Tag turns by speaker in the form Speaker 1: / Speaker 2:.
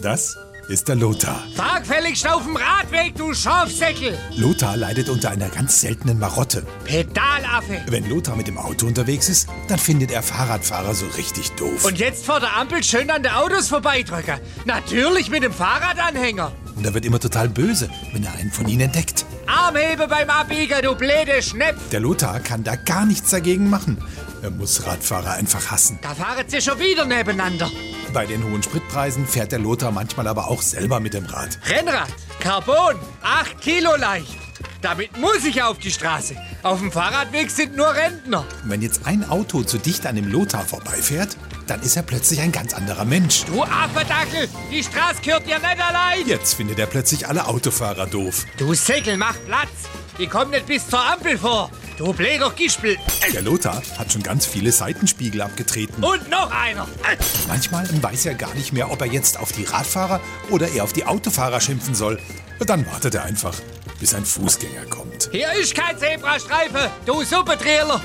Speaker 1: Das ist der Lothar.
Speaker 2: Fahr gefälligst auf dem Radweg, du Schafsäckel!
Speaker 1: Lothar leidet unter einer ganz seltenen Marotte.
Speaker 2: Pedalaffe!
Speaker 1: Wenn Lothar mit dem Auto unterwegs ist, dann findet er Fahrradfahrer so richtig doof.
Speaker 2: Und jetzt vor der Ampel schön an der Autos vorbeidrücken. Natürlich mit dem Fahrradanhänger.
Speaker 1: Und er wird immer total böse, wenn er einen von ihnen entdeckt.
Speaker 2: Armhebe beim Abbieger, du blöde Schnepf!
Speaker 1: Der Lothar kann da gar nichts dagegen machen. Er muss Radfahrer einfach hassen.
Speaker 2: Da fahren sie schon wieder nebeneinander.
Speaker 1: Bei den hohen Spritpreisen fährt der Lothar manchmal aber auch selber mit dem Rad.
Speaker 2: Rennrad, Carbon, 8 Kilo leicht. Damit muss ich auf die Straße. Auf dem Fahrradweg sind nur Rentner.
Speaker 1: Wenn jetzt ein Auto zu dicht an dem Lothar vorbeifährt, dann ist er plötzlich ein ganz anderer Mensch.
Speaker 2: Du Affedackel, die Straße gehört dir nicht allein.
Speaker 1: Jetzt findet er plötzlich alle Autofahrer doof.
Speaker 2: Du Säckel, mach Platz. Die kommen nicht bis zur Ampel vor. Du bläder Gispel.
Speaker 1: Der Lothar hat schon ganz viele Seitenspiegel abgetreten.
Speaker 2: Und noch einer.
Speaker 1: Manchmal weiß er gar nicht mehr, ob er jetzt auf die Radfahrer oder eher auf die Autofahrer schimpfen soll. Und dann wartet er einfach, bis ein Fußgänger kommt.
Speaker 2: Hier ist kein Zebrastreifen, du Suppetriller.